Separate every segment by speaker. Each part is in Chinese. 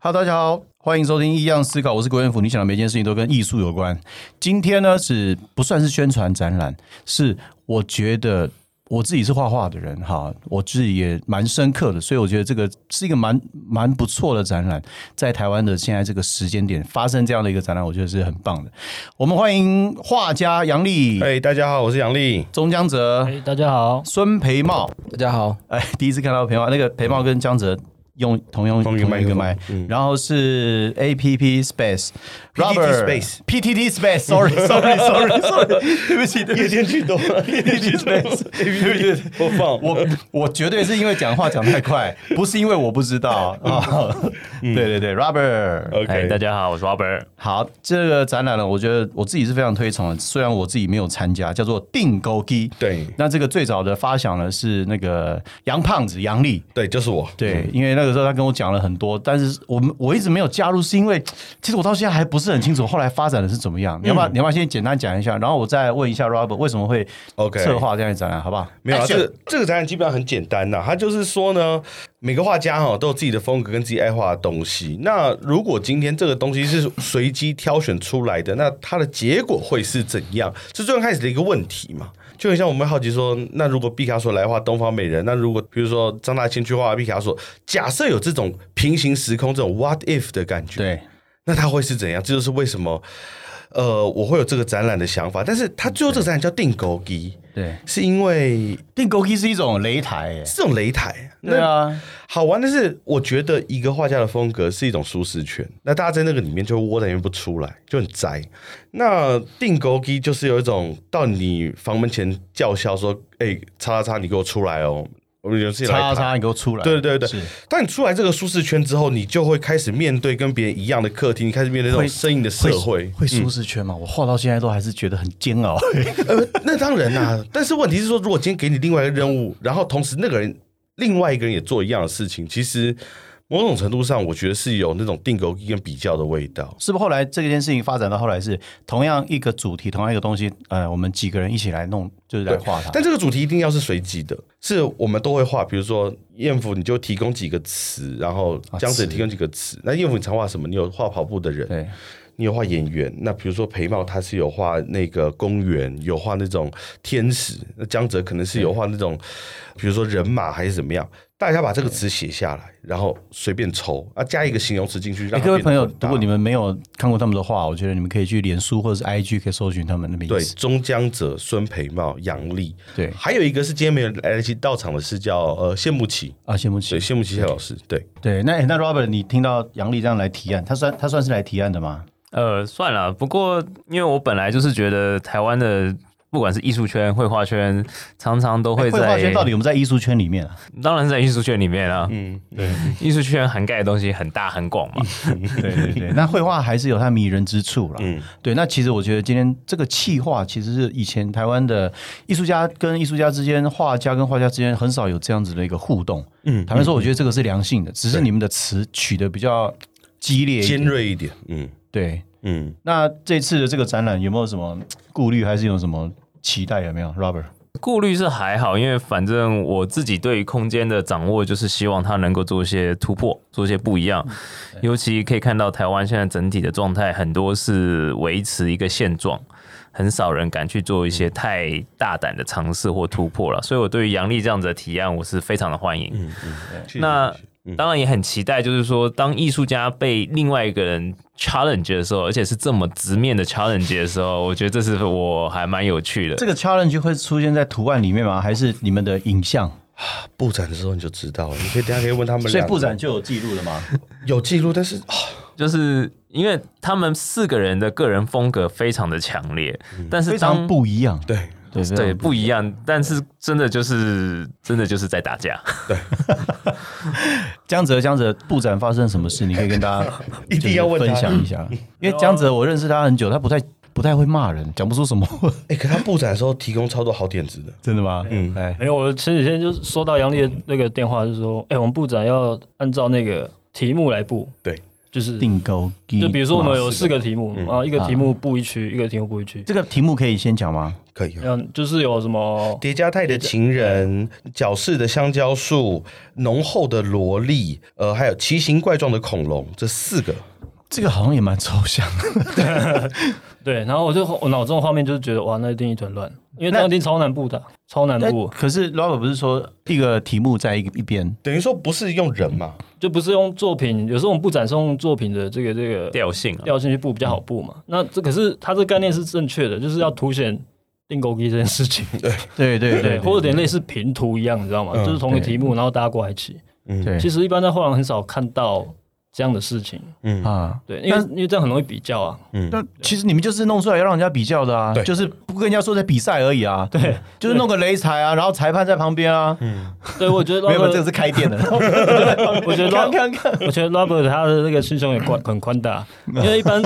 Speaker 1: 哈，大家好，欢迎收听《异样思考》，我是郭元甫。你想的每件事情都跟艺术有关。今天呢，是不算是宣传展览，是我觉得我自己是画画的人哈，我自己也蛮深刻的，所以我觉得这个是一个蛮蛮不错的展览，在台湾的现在这个时间点发生这样的一个展览，我觉得是很棒的。我们欢迎画家杨丽、
Speaker 2: 哎、大家好，我是杨丽。
Speaker 1: 钟江泽、
Speaker 3: 哎，大家好，
Speaker 1: 孙培茂。
Speaker 4: 大家好，
Speaker 1: 哎，第一次看到培茂，那个培茂跟江泽用同用
Speaker 2: 同一个麦克风嗯
Speaker 1: 麦，然后是 A P P Space Robert
Speaker 2: Space
Speaker 1: P T T Space，sorry sorry sorry sorry，对不起对不
Speaker 2: 夜
Speaker 1: 起
Speaker 2: 店去多了，
Speaker 1: ，P
Speaker 2: 夜
Speaker 1: T T Space，对 不起。
Speaker 2: 播放。
Speaker 1: 我我绝对是因为讲话讲太快，不是因为我不知道
Speaker 2: 嗯
Speaker 1: 啊。对对对，Robert，
Speaker 3: 哎，
Speaker 2: OK，
Speaker 3: 大家好，我是 Robert。
Speaker 1: 好，这个展览呢，我觉得我自己是非常推崇的，虽然我自己没有参加，叫做定钩机。
Speaker 2: 对
Speaker 1: 那这个最早的发想呢是那个杨胖子杨丽，
Speaker 2: 对，就是我。
Speaker 1: 对，因为那个时候他跟我讲了很多，但是我们我一直没有加入，是因为其实我到现在还不是很清楚后来发展的是怎么
Speaker 2: 嗯
Speaker 1: 样。你要不要、你要不要先简单讲一下，然后我再问一下 Robert 为什么会
Speaker 2: OK
Speaker 1: 策划这样的展览，好不好？
Speaker 2: 没有、啊，
Speaker 1: Action
Speaker 2: 这个这个展览基本上很简单呐、它就是说呢，每个画家哈都有自己的风格跟自己爱画的东西。那如果今天这个东西是随机挑选出来的，那它的结果会是怎样？是最刚开始的一个问题嘛？就很像我们会好奇说，那如果毕卡索来画东方美人，那如果比如说张大千去画毕卡索，假设有这种平行时空这种 what if 的感觉，
Speaker 1: 对
Speaker 2: 那它会是怎样？这就是为什么，呃，我会有这个展览的想法。但是它最后这个展览叫定狗机，
Speaker 1: 对，
Speaker 2: 是因为
Speaker 1: 定钩机是一种擂台、耶。
Speaker 2: 是这种擂台。
Speaker 1: 对
Speaker 2: 那
Speaker 1: 啊，
Speaker 2: 好玩的是，我觉得一个画家的风格是一种舒适圈，那大家在那个里面就窝在里面不出来，就很宅。那定狗机就是有一种到你房门前叫嚣说：“哎、叉叉叉，你给我出来哦！”我们有事情来
Speaker 1: 叉
Speaker 2: 谈。
Speaker 1: 叉，你给我出来！
Speaker 2: 对对对
Speaker 1: 是
Speaker 2: 对，当你出来这个舒适圈之后，你就会开始面对跟别人一样的课题，你开始面对这种
Speaker 1: 会
Speaker 2: 生硬的社会。嗯
Speaker 1: 会舒适圈吗？我画到现在都还是觉得很煎 熬。
Speaker 2: 呃，那当然啦、但是问题是说，如果今天给你另外一个任务，然后同时那个人另外一个人也做一样的事情，其实某种程度上，我觉得是有那种定格跟比较的味道。
Speaker 1: 是不是后来这件事情发展到后来是同样一个主题，同样一个东西，呃，我们几个人一起来弄，就是来画它。
Speaker 2: 但这个主题一定要是随机的，是我们都会画，比如说艳福你就提供几个词，然后
Speaker 1: 啊
Speaker 2: 江
Speaker 1: 词
Speaker 2: 子提供几个词。那艳福你常画什么？你有画跑步的人，
Speaker 1: 对
Speaker 2: 你有画演员，那比如说裴茂他是有画那个公园，有画那种天使，那江泽可能是有画那种，比如说人马还是怎么样。大家把这个词写下来，然后随便抽啊，加一个形容词进去，让
Speaker 1: 欸
Speaker 2: 它
Speaker 1: 各位
Speaker 2: 变得
Speaker 1: 朋友
Speaker 2: 更，大
Speaker 1: 如果你们没有看过他们的画，我觉得你们可以去脸书或者是 IG 可以搜寻他们的名
Speaker 2: 对
Speaker 1: 字。
Speaker 2: 中江泽、孙培茂、杨丽，
Speaker 1: 对
Speaker 2: 还有一个是今天没有来得及到场的是叫呃谢慕琪，
Speaker 1: 啊，谢慕琪。
Speaker 2: 对谢慕琪谢老师，对
Speaker 1: 对，那欸那 Robert，你听到杨丽这样来提案，他算他算是来提案的吗？
Speaker 3: 呃，算了，不过因为我本来就是觉得台湾的不管是艺术圈、绘画圈，常常都会
Speaker 1: 哎绘
Speaker 3: 在，
Speaker 1: 画圈到底有没有在艺术圈里面啊？
Speaker 3: 当然是在艺术圈里面啊。嗯，对，艺术圈涵盖的东西很大很广嘛。
Speaker 1: 对对对，那绘画还是有它迷人之处啦。嗯，对，那其实我觉得今天这个气化，其实是以前台湾的艺术家跟艺术家之间、画家跟画家之间很少有这样子的一个互动。嗯，坦白说，我觉得这个是良性的，只是你们的词取的比较激烈一
Speaker 2: 尖
Speaker 1: 点。
Speaker 2: 锐一点，嗯
Speaker 1: 对，
Speaker 2: 嗯，
Speaker 1: 那这次的这个展览有没有什么顾虑，还是有什么期待？有没有，Robert？
Speaker 3: 顾虑是还好，因为反正我自己对于空间的掌握，就是希望它能够做一些突破，做一些不一样。尤其可以看到台湾现在整体的状态，很多是维持一个现状，很少人敢去做一些太大胆的尝试或突破了。所以我对于杨丽这样子的提案，我是非常的欢迎。
Speaker 2: 嗯谢谢
Speaker 3: 那
Speaker 2: 谢谢嗯
Speaker 3: 当然也很期待，就是说，当艺术家被另外一个人 challenge 的时候，而且是这么直面的 challenge 的时候，我觉得这是我还蛮有趣的。
Speaker 1: 这个 challenge 会出现在图案里面吗？还是你们的影像？
Speaker 2: 布展的时候你就知道了，你可以等一下可以问他们两个，
Speaker 1: 所以布展就有记录了吗？
Speaker 2: 有记录，但是啊
Speaker 3: 就是因为他们四个人的个人风格非常的强烈，
Speaker 2: 嗯
Speaker 3: 但是
Speaker 1: 非常
Speaker 3: 当
Speaker 1: 不一样。
Speaker 2: 对。
Speaker 1: 对非常
Speaker 3: 对不一样，但是真的就是真的就是在打架。
Speaker 1: 江泽，江泽布展发生什么事？你可以跟大家
Speaker 2: 一定要问
Speaker 1: 就
Speaker 2: 他
Speaker 1: 是分 享一下，因为江泽我认识他很久，他不太不太会骂人，讲不出什么，
Speaker 2: 哎、可他布展的时候提供超多好点子的，
Speaker 1: 真的吗？嗯，哎，
Speaker 5: 没有，我前几天就收到杨丽的那个电话，就是说，哎、我们部长要按照那个题目来布，
Speaker 2: 对，
Speaker 5: 就是
Speaker 1: 定钩。
Speaker 5: 就比如说我们有
Speaker 1: 哇
Speaker 3: 嗯啊
Speaker 5: 四个题目啊，一个题目布一区，一个题目布一区，
Speaker 1: 这个题目可以先讲吗？
Speaker 2: 可以啊。
Speaker 5: 嗯，就是有什么
Speaker 2: 叠加态的情人、角式的香蕉树、浓厚的萝莉，呃，还有奇形怪状的恐龙，这四个
Speaker 1: 这个好像也蛮抽象的。
Speaker 5: 对，然后我就我脑中的画面就是觉得哇，那一定一团乱，因为那一定超难布的，超难布，
Speaker 1: 哎可是 Robert 不是说一个题目在一个一边，
Speaker 2: 等于说不是用人嘛？
Speaker 5: 就不是用作品，有时候我们布展是用作品的这个这个
Speaker 3: 调性啊，
Speaker 5: 掉进去布比较好布嘛。那这可是它这概念是正确的，就是要凸显定钩机这件事情，
Speaker 1: 对对
Speaker 5: 对，
Speaker 1: 对，
Speaker 5: 或者有点类似平图一样，你知道吗？
Speaker 2: 嗯
Speaker 5: 就是同一个
Speaker 1: 对
Speaker 5: 题目，然后大家挂一起。
Speaker 1: 对
Speaker 5: 嗯其实一般在画廊很少看到这样的事情，
Speaker 2: 嗯
Speaker 1: 啊。
Speaker 5: 对，因为因为这样很容易比较 啊。
Speaker 1: 那其实你们就是弄出来要让人家比较的啊，
Speaker 2: 对
Speaker 1: 就是不跟人家说在比赛而已啊，对，就是弄个擂台啊，然后裁判在旁边啊，
Speaker 5: 对，我觉得
Speaker 1: 没有，没有
Speaker 5: Robert-
Speaker 1: 这个是开店 的，
Speaker 5: 我觉得
Speaker 1: 看
Speaker 5: Robert-
Speaker 1: 看 看，
Speaker 5: 我觉得 Robert 他的那个心胸也宽很 宽大，因为一般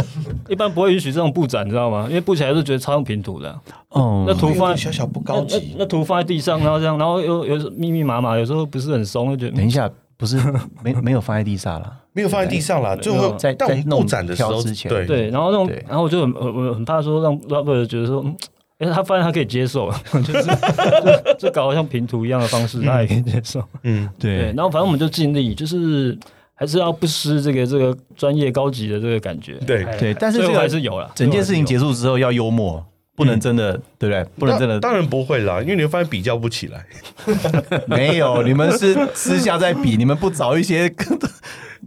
Speaker 5: 一般不会允许这种布展，你知道吗？因为布起来就觉得超像平图的，
Speaker 1: 嗯
Speaker 5: 那，图放在
Speaker 2: 小小不
Speaker 5: 那
Speaker 2: 高
Speaker 5: 那
Speaker 2: 级，
Speaker 5: 那图放在地上，然后这样，然后又又是密密麻麻，有时候不是很松，就觉得嗯
Speaker 1: 等一下，不是没没有放在地上 了，
Speaker 2: 没有放在地上啦，最后
Speaker 1: 在
Speaker 2: 但我们
Speaker 1: 在弄
Speaker 2: 布展的时
Speaker 1: 挑
Speaker 2: 候，
Speaker 1: 之前
Speaker 2: 对
Speaker 5: 对，然后那种
Speaker 1: 对，
Speaker 5: 然后我就很我我很怕说让 Robert 觉得说，嗯，哎，他发现他可以接受， 就是就就搞得像平图一样的方式，他也可以接受。
Speaker 2: 嗯，
Speaker 5: 对，然后反正我们就尽力，就是还是要不失这个这个专业高级的这个感觉。
Speaker 2: 对
Speaker 5: 哎
Speaker 1: 对但是
Speaker 5: 最后
Speaker 1: 这个
Speaker 5: 还是有了，
Speaker 1: 整件事情
Speaker 5: 最
Speaker 1: 结
Speaker 5: 后
Speaker 1: 束之后要幽默，不能真的，对不对？不能真的
Speaker 2: 当当然不会啦，因为你会发现比较不起来。
Speaker 1: 没有，你们是私下在比，你们不找一些，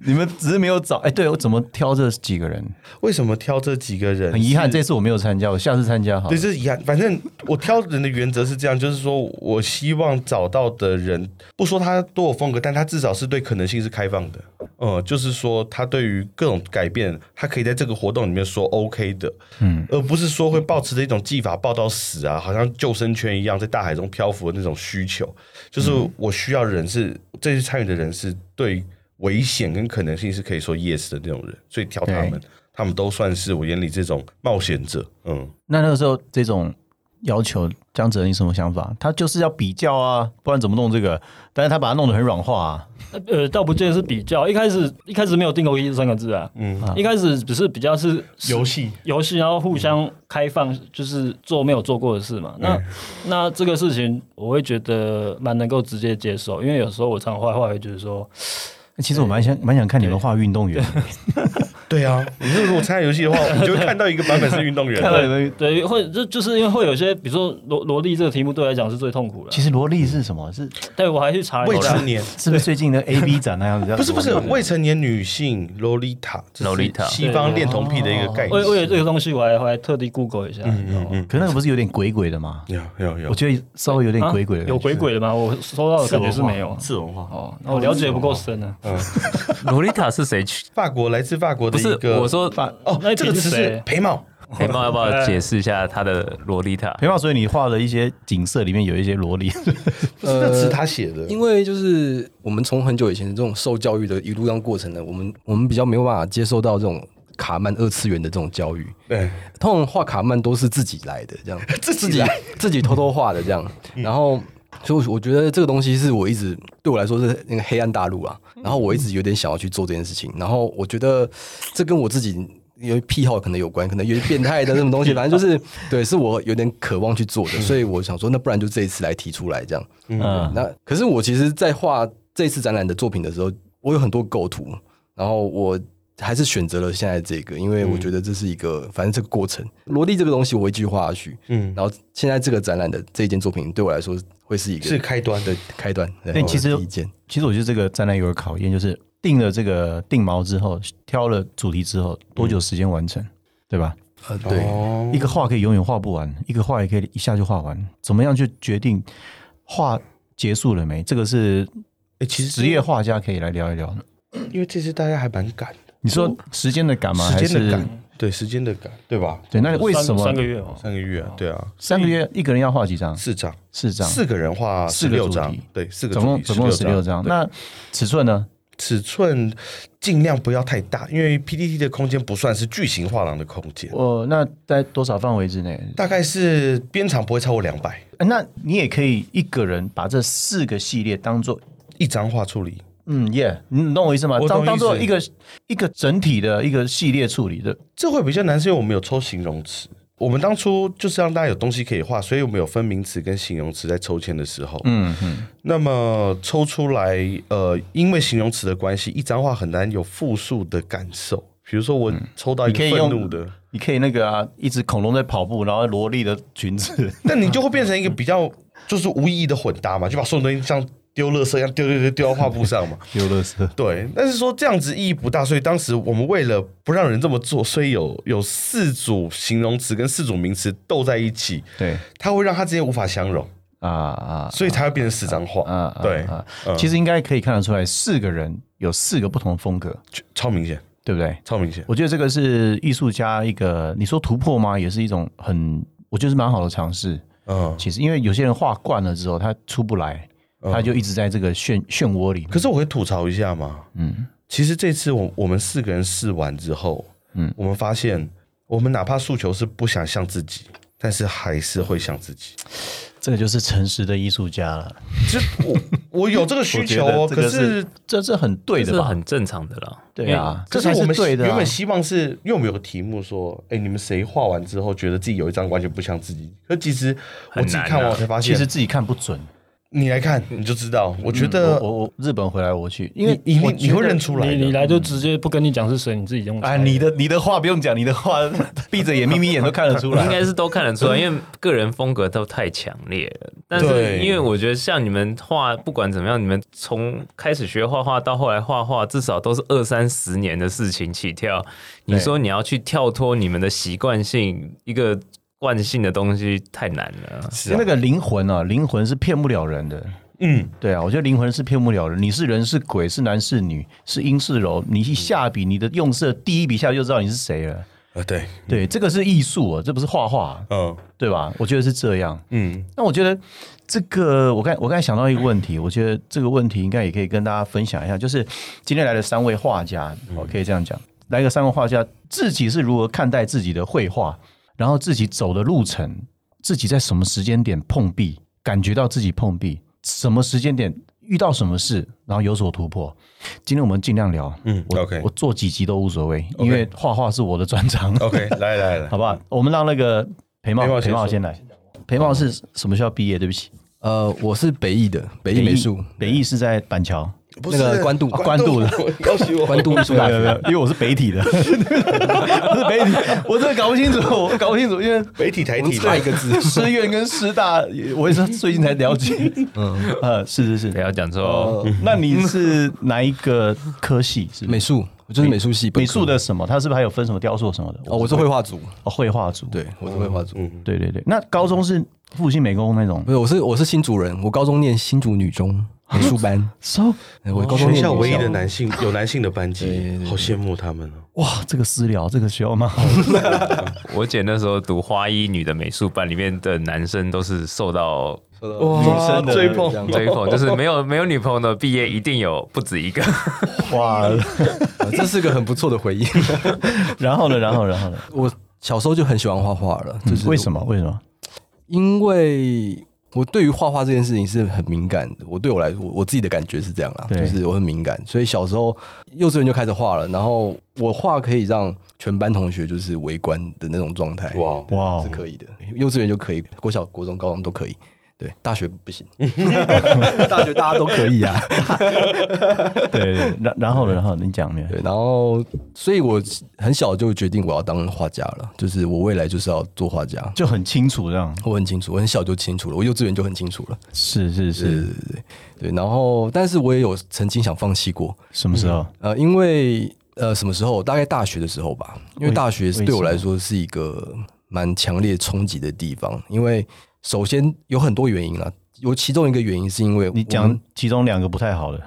Speaker 1: 你们只是没有找。哎，对我怎么挑这几个人？
Speaker 2: 为什么挑这几个人？
Speaker 1: 很遗憾，这次我没有参加，我下次参加好了
Speaker 2: 对，。这是遗憾。反正我挑人的原则是这样，就是说我希望找到的人，不说他多有风格，但他至少是对可能性是开放的。呃，就是说他对于各种改变，他可以在这个活动里面说 OK 的，嗯，而不是说会抱持着一种技法抱到死啊，好像救生圈一样在大海中漂浮的那种需求。就是我需要的人是这些参与的人是对危险跟可能性是可以说 yes 的那种人，所以挑他们
Speaker 1: 对，
Speaker 2: 他们都算是我眼里这种冒险者，嗯。
Speaker 1: 那那个时候这种要求，江哲你什么想法？他就是要比较啊，不然怎么弄这个？但是他把它弄得很软化啊。
Speaker 5: 呃，倒不见得是比较，一开始一开始没有定钩一这三个字啊，嗯，一开始只是比较是
Speaker 2: 游戏
Speaker 5: 游戏，然后互相开放，就是做没有做过的事嘛。那、那这个事情，我会觉得蛮能够直接接受，因为有时候我常画画，会觉得说，
Speaker 1: 其实我蛮想蛮想看你们画运动员，
Speaker 2: 对啊，你如果参加游戏的话，你就会看到一个版本是运动员
Speaker 1: 看到你
Speaker 2: 的。
Speaker 1: 们。
Speaker 5: 对，会就就是因为会有些，比如说萝萝莉这个题目对我来讲是最痛苦的
Speaker 1: 其，实萝莉是什么？是
Speaker 5: 对我还去查了
Speaker 2: 未
Speaker 5: 一下
Speaker 2: 成，年
Speaker 1: 是不是最近的 A B 展那样子？
Speaker 2: 不是不是未成年女性洛丽塔，这是
Speaker 3: Lolita
Speaker 2: 西方恋童癖的一个概
Speaker 5: 为为了
Speaker 2: 念。
Speaker 5: 这个东西，哦我还我还特地 Google 一下，哦你知道吗？
Speaker 1: 可那个不是有点鬼鬼的吗？
Speaker 2: 有有有
Speaker 1: 我，觉得稍微有点
Speaker 5: 啊
Speaker 1: 鬼鬼的，
Speaker 5: 有鬼。鬼的吗？我收到的感觉是没有啊。
Speaker 2: 次文化。
Speaker 5: 哦，那我了解不够深啊。
Speaker 3: 洛丽塔是谁去？
Speaker 2: 法国来自法国的
Speaker 3: 不是
Speaker 2: 一个，
Speaker 3: 我说，哎
Speaker 2: 哦，
Speaker 5: 那一
Speaker 2: 这个
Speaker 5: 瓶
Speaker 2: 词
Speaker 5: 是
Speaker 2: 是
Speaker 5: 谁
Speaker 2: 陪帽，
Speaker 3: 黑猫要不要解释一下他的洛丽 塔？
Speaker 1: 平茂，所以你画的一些景色里面有一些萝莉，
Speaker 2: 不是这词他写的。
Speaker 4: 因为就是我们从很久以前这种受教育的一路上过程呢，我们我们比较没有办法接受到这种卡曼二次元的这种教育。
Speaker 2: 对，
Speaker 4: 通常画卡曼都是自己来的，这样
Speaker 2: 自己
Speaker 4: 己嗯
Speaker 2: 来
Speaker 4: 自己偷偷画的这样。然后，所以我觉得这个东西是我一直对我来说是那个黑暗大陆啊。然后我一直有点想要去做这件事情。然后我觉得这跟我自己有癖好可能有关，可能有点变态的那种东西， 反正就是对，是我有点渴望去做的。所以我想说，那不然就这一次来提出来这样。
Speaker 1: 嗯，
Speaker 4: 那可是我其实，在画这次展览的作品的时候，我有很多构图，然后我还是选择了现在这个，因为我觉得这是一个，反正这个过程，萝莉这个东西我会继续画下去。
Speaker 2: 嗯
Speaker 4: 嗯，然后现在这个展览的这一件作品，对我来说会是一个
Speaker 2: 是开端的
Speaker 4: 对开端。
Speaker 1: 但其实
Speaker 4: 对我的第一件
Speaker 1: 其实我觉得这个展览有个考验，就是定了这个定锚之后，挑了主题之后，多久时间完成，对吧？
Speaker 4: 呃，对，
Speaker 2: 哦
Speaker 1: 一个画可以永远画不完，一个画也可以一下就画完。怎么样去决定画结束了没？这个是
Speaker 2: 诶其实
Speaker 1: 职业画家可以来聊一聊。
Speaker 2: 因为这次大家还蛮赶，
Speaker 1: 你说时间的赶吗？
Speaker 2: 时间的
Speaker 1: 还是
Speaker 2: 赶，对时间的赶，对吧？
Speaker 1: 对，那你为什么
Speaker 5: 三三个月哦？
Speaker 2: 三个月啊，对啊，
Speaker 1: 三个月一个人要画几张？
Speaker 2: 四张，
Speaker 1: 四张，
Speaker 2: 四个人画
Speaker 1: 四
Speaker 2: 十
Speaker 1: 个
Speaker 2: 六
Speaker 1: 主
Speaker 2: 张
Speaker 1: 题，
Speaker 2: 对，四个
Speaker 1: 总共
Speaker 2: 主题
Speaker 1: 总共十六
Speaker 2: 张。
Speaker 1: 张。那尺寸呢？
Speaker 2: 尺寸尽量不要太大，因为 PDT 的空间不算是巨型画廊的空间，
Speaker 1: 我那在多少范围之内？
Speaker 2: 大概是边长不会超过两百，
Speaker 1: 呃那你也可以一个人把这四个系列当做，
Speaker 2: 一张画处理。
Speaker 1: 嗯耶，你懂我意思吗？
Speaker 2: 我
Speaker 1: 当
Speaker 2: 懂意思
Speaker 1: 当做一个一个整体的一个系列处理的，
Speaker 2: 这会比较难，是因为我们有抽形容词。我们当初就是让大家有东西可以画，所以我们有分名词跟形容词在抽签的时候。嗯嗯。那么抽出来，呃，因为形容词的关系，一张画很难有复数的感受。比如说，我抽到一
Speaker 1: 嗯你可
Speaker 2: 个
Speaker 1: 以
Speaker 2: 愤
Speaker 1: 用
Speaker 2: 怒的，
Speaker 1: 你可以那个啊，一只恐龙在跑步，然后萝莉的裙 子，
Speaker 2: 那你就会变成一个比较就是无意义的混搭嘛，就把所有东西像丢垃圾一样丢丢丢丢到画布上嘛。
Speaker 1: 有乐色。
Speaker 2: 对，但是说这样子意义不大，所以当时我们为了不让人这么做，所以有有四组形容词跟四组名词斗在一起，
Speaker 1: 对
Speaker 2: 它会让它之间无法相容，
Speaker 1: 啊啊
Speaker 2: 所以才会变成四张画。
Speaker 1: 啊啊！
Speaker 2: 对，嗯
Speaker 1: 啊，其实应该可以看得出来，四个人有四个不同的风格，
Speaker 2: 超明显，
Speaker 1: 对不对？
Speaker 2: 超明显。
Speaker 1: 我觉得这个是艺术家一个，你说突破吗？也是一种很，我觉得是蛮好的尝试。
Speaker 2: 嗯，
Speaker 1: 其实，因为有些人画惯了之后，他出不来，他就一直在这个漩漩涡里面。
Speaker 2: 可是我可以吐槽一下嘛，嗯，其实这次我我们四个人试完之后，嗯，我们发现我们哪怕诉求是不想像自己，但是还是会像自己。
Speaker 1: 这个就是诚实的艺术家了。
Speaker 2: 就我我有这个需求
Speaker 1: 我
Speaker 2: 哦，
Speaker 1: 觉得这
Speaker 2: 可
Speaker 1: 个
Speaker 2: 是
Speaker 1: 这这很对
Speaker 3: 这
Speaker 1: 的
Speaker 3: 是
Speaker 1: 吧？
Speaker 3: 很正常的啦。
Speaker 1: 对啊，
Speaker 2: 可
Speaker 1: 这才
Speaker 2: 是我
Speaker 1: 是
Speaker 2: 们
Speaker 1: 对的
Speaker 2: 原
Speaker 1: 啊
Speaker 2: 本。希望是因为我们有个题目说，哎，你们谁画完之后觉得自己有一张完全不像自己？可其实我自己看完我才发
Speaker 1: 啊其
Speaker 2: 现，
Speaker 1: 实自己看不准。
Speaker 2: 你来看你就知道。我觉得
Speaker 1: 我我日本回来我去，因为
Speaker 2: 你
Speaker 1: 我
Speaker 2: 你你
Speaker 1: 觉
Speaker 2: 会
Speaker 1: 得
Speaker 2: 认出来
Speaker 5: 你你
Speaker 2: 的。
Speaker 5: 来就直接不跟你讲是谁，你自己用猜
Speaker 1: 哎，你的你的话不用讲，你的话闭着眼眯眯眼都看得出来。
Speaker 3: 应该是都看得出来，因为个人风格都太强烈了。但是
Speaker 2: 对
Speaker 3: 因为我觉得像你们画，不管怎么样，你们从开始学画画到后来画画，至少都是二三十年的事情起跳。你说你要去跳脱你们的习惯性一个惯性的东西，太难了。
Speaker 2: 是
Speaker 1: 因为
Speaker 2: 啊
Speaker 1: 那个灵魂啊，灵魂是骗不了人的。
Speaker 2: 嗯，
Speaker 1: 对啊，我觉得灵魂是骗不了人。你是人是鬼是男是女是阴是柔，你一下笔，你的用色第一笔下就知道你是谁了。
Speaker 2: 啊对，
Speaker 1: 对，这个是艺术啊，这不是画画啊、
Speaker 2: 嗯
Speaker 1: 对吧？我觉得是这样。
Speaker 2: 嗯，
Speaker 1: 那我觉得这个，我刚我刚才想到一个问题，我觉得这个问题应该也可以跟大家分享一下，就是今天来的三位画家，我
Speaker 2: 嗯
Speaker 1: 可以这样讲，来个三位画家自己是如何看待自己的绘画，然后自己走的路程，自己在什么时间点碰壁，感觉到自己碰壁，什么时间点遇到什么事，然后有所突破。今天我们尽量聊，
Speaker 2: 嗯
Speaker 1: 我
Speaker 2: OK
Speaker 1: 我做几集都无所谓，因为画画是我的专 长。
Speaker 2: OK，来来来，
Speaker 1: 好不好？我们让那个裴
Speaker 2: 裴
Speaker 1: 茂
Speaker 2: 茂
Speaker 1: 裴
Speaker 2: 先
Speaker 1: 茂
Speaker 2: 说
Speaker 1: 先来。裴茂是什么学校毕业？对不起，
Speaker 4: 呃，我是北艺的，北艺美术，
Speaker 1: 北艺是在板桥，
Speaker 2: 不
Speaker 4: 那个关渡
Speaker 1: 啊关渡的，
Speaker 2: 要许我
Speaker 4: 关渡艺术 大学。
Speaker 1: 因为我是北体的，我是北体， 我真的搞不清楚，我搞不清楚，因为，
Speaker 2: 北体台
Speaker 4: 我们
Speaker 2: 体
Speaker 4: 差一个字
Speaker 1: 师院跟师大，我也是最近才了解。嗯， 呃，是是
Speaker 3: 不
Speaker 1: 是。
Speaker 3: 要讲错，
Speaker 1: 那你是哪一个科系？是
Speaker 4: 美术，我就是美术系本科，
Speaker 1: 美术的什么？它是不是还有分什么雕塑什么的？
Speaker 4: 哦，我是绘画组，
Speaker 1: 哦绘画组。
Speaker 4: 对，我是绘画组，
Speaker 1: 对对对。那高中是复兴美工那种
Speaker 4: 不是，我是我是新竹人，我高中念新竹女中
Speaker 1: 啊
Speaker 4: 美术班，
Speaker 1: ，so
Speaker 4: 我高中
Speaker 2: 学
Speaker 4: 念
Speaker 2: 校
Speaker 4: 女
Speaker 2: 唯一
Speaker 1: 哦
Speaker 2: 的男性有男性的班级，好羡慕他们哦。
Speaker 1: 哇，这个私聊，这个学校吗？
Speaker 3: 我姐那时候读花一女的美术班，里面的男生都是受到
Speaker 4: 哦
Speaker 1: 女生的
Speaker 2: 追捧
Speaker 4: 这样
Speaker 3: 追捧，就是没有没有女朋友的毕业一定有不止一个。
Speaker 1: 哇，
Speaker 4: 呃这是个很不错的回忆。
Speaker 1: 然后呢？然后然后呢？
Speaker 4: 我小时候就很喜欢画画了，就
Speaker 1: 嗯
Speaker 4: 是
Speaker 1: 为什么？为什么？
Speaker 4: 因为我对于画画这件事情是很敏感的，我对我来说，我我自己的感觉是这样啦，
Speaker 1: 对
Speaker 4: 就是我很敏感，所以小时候幼稚园就开始画了，然后我画可以让全班同学就是围观的那种状态，
Speaker 2: 哇哦
Speaker 4: 对
Speaker 1: 哇哦
Speaker 4: 是可以的，幼稚园就可以，国小、国中、高中都可以。对，大学不 行，大学大家都可以啊。
Speaker 1: 对对，然然后呢？然后你讲没有？
Speaker 4: 对，然后，所以我很小就决定我要当画家了，就是我未来就是要做画家。
Speaker 1: 就很清楚这样。
Speaker 4: 我很清楚，我很小就清楚了，我幼稚园就很清楚了。
Speaker 1: 是是
Speaker 4: 对
Speaker 1: 是，
Speaker 4: 对对对，然后但是我也有曾经想放弃过，
Speaker 1: 什么时候？
Speaker 4: 呃，因为呃什么时候？大概大学的时候吧，因为大学是
Speaker 1: 为
Speaker 4: 对我
Speaker 1: 为什么
Speaker 4: 来说是一个蛮强烈冲击的地方，因为首先有很多原因啦，有其中一个原因是因为
Speaker 1: 你
Speaker 4: 我们
Speaker 1: 讲其中两个不太好的，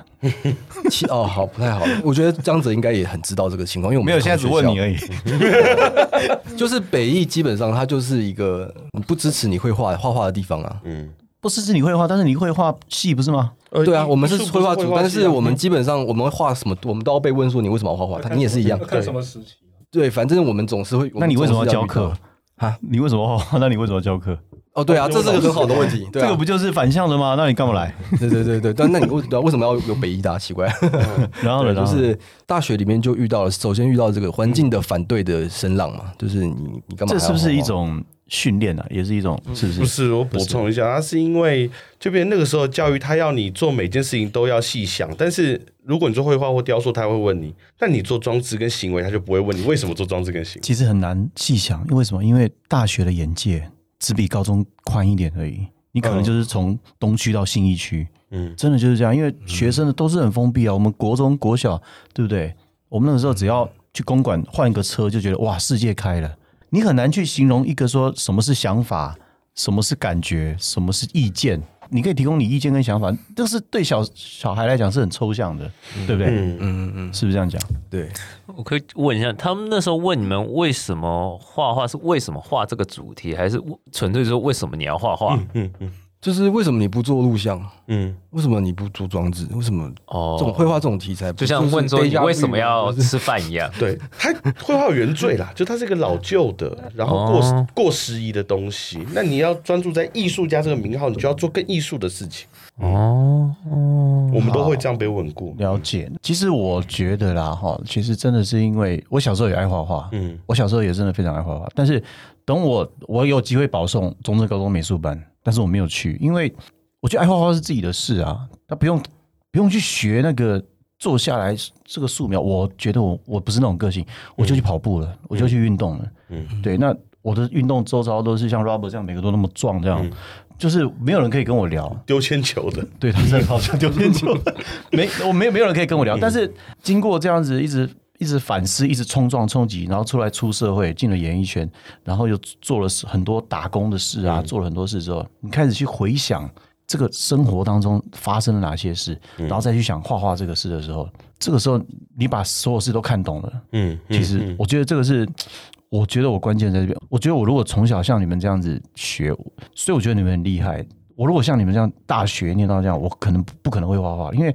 Speaker 4: 其哦好不太好，我觉得江泽应该也很知道这个情况，因为我们同学校
Speaker 1: 而已。
Speaker 4: 就是北艺基本上它就是一个不支持你绘画画画的地方啊，
Speaker 2: 嗯，
Speaker 1: 不是是你绘画，但是你绘画系不是吗？
Speaker 2: 呃
Speaker 4: 对啊，我们是
Speaker 2: 艺术
Speaker 4: 绘画
Speaker 2: 不
Speaker 4: 组，但
Speaker 2: 系
Speaker 4: 是
Speaker 2: 啊
Speaker 4: 我们基本上我们会画什么，我们都要被问说你为什么要画画，他你也是一样。
Speaker 5: 看什么时期。
Speaker 4: 对，反正我们总是会。
Speaker 1: 那你为什么要
Speaker 4: 我们
Speaker 1: 教
Speaker 4: 总是遇到
Speaker 1: 课？你为什么画画？那你为什么要教课？
Speaker 4: 哦，对啊，
Speaker 2: 哦
Speaker 4: 这是个很好的问题。对
Speaker 1: 这
Speaker 4: 啊
Speaker 1: 个不就是反向的吗？那你干嘛来？
Speaker 4: 对对对对，但那你为对啊为什么要有北医大？奇怪，
Speaker 1: 然后呢，然
Speaker 4: 就
Speaker 1: 后呢
Speaker 4: 是大学里面就遇到了，首先遇到这个环境的反对的声浪嘛，就是你你干嘛
Speaker 1: 这
Speaker 4: 还要画画？
Speaker 1: 是不是一种训练啊？也是一种，是不是？
Speaker 2: 不是，我补充一下，他是因为这边那个时候教育，他要你做每件事情都要细想，但是如果你做绘画或雕塑，他会问你；但你做装置跟行为，他就不会问你为什么做装置跟行为。
Speaker 1: 其实很难细想，因为什么？因为大学的眼界只比高中宽一点而已。你可能就是从东区到信义区，
Speaker 2: 嗯，
Speaker 1: 真的就是这样，因为学生的都是很封闭啊。我们国中、国小，对不对？我们那个时候只要去公馆换个车，就觉得哇，世界开了。你很难去形容一个说什么是想法，什么是感觉，什么是意见。你可以提供你意见跟想法，但是对小小孩来讲是很抽象的，对不对？
Speaker 4: 嗯嗯嗯，
Speaker 1: 是不是这样讲？
Speaker 4: 对，
Speaker 3: 我可以问一下，他们那时候问你们为什么画画是为什么画这个主题，还是纯粹说为什么你要画画？
Speaker 2: 嗯嗯
Speaker 4: 就是为什么你不做录像？
Speaker 2: 嗯，
Speaker 4: 为什么你不做装置？为什么
Speaker 3: 哦
Speaker 4: 这种绘画这种题材不，
Speaker 3: 就是像问说
Speaker 4: 就是
Speaker 3: 你
Speaker 4: deja vu
Speaker 3: 为什么要
Speaker 4: 就是
Speaker 3: 吃饭一样。
Speaker 2: 对，他绘画有原罪啦，就它是一个老旧的，然后过、
Speaker 3: 哦
Speaker 2: 过时宜的东西。那你要专注在艺术家这个名号，你就要做更艺术的事情。
Speaker 3: 哦哦，
Speaker 2: 我们都会这样被问过。
Speaker 1: 了解。其实我觉得啦，哈，其实真的是因为我小时候也爱画画，
Speaker 2: 嗯
Speaker 1: 我小时候也真的非常爱画画，但是等我我有机会保送中正高中美术班，但是我没有去，因为我觉得爱画画是自己的事啊，他不用不用去学那个坐下来这个素描，我觉得我我不是那种个性，我就去跑步了，我就去运动了，
Speaker 2: 嗯
Speaker 1: 对，那我的运动周遭都是像 Robert 这样，每个都那么壮这样，
Speaker 2: 嗯
Speaker 1: 就是没有人可以跟我聊，
Speaker 2: 丢铅球的，
Speaker 1: 对他真的 好像丢铅球， 没我没有没有人可以跟我聊。但是经过这样子一直一直反思，一直冲撞冲击，然后出来出社会，进了演艺圈，然后又做了很多打工的事啊，做了很多事之后，你开始去回想这个生活当中发生了哪些事，然后再去想画画这个事的时候，这个时候你把所有事都看懂了。
Speaker 2: 嗯，
Speaker 1: 其实我觉得这个是，我觉得我关键在这边。我觉得我如果从小像你们这样子学，所以我觉得你们很厉害。我如果像你们这样大学念到这样，我可能不不可能会画画，因为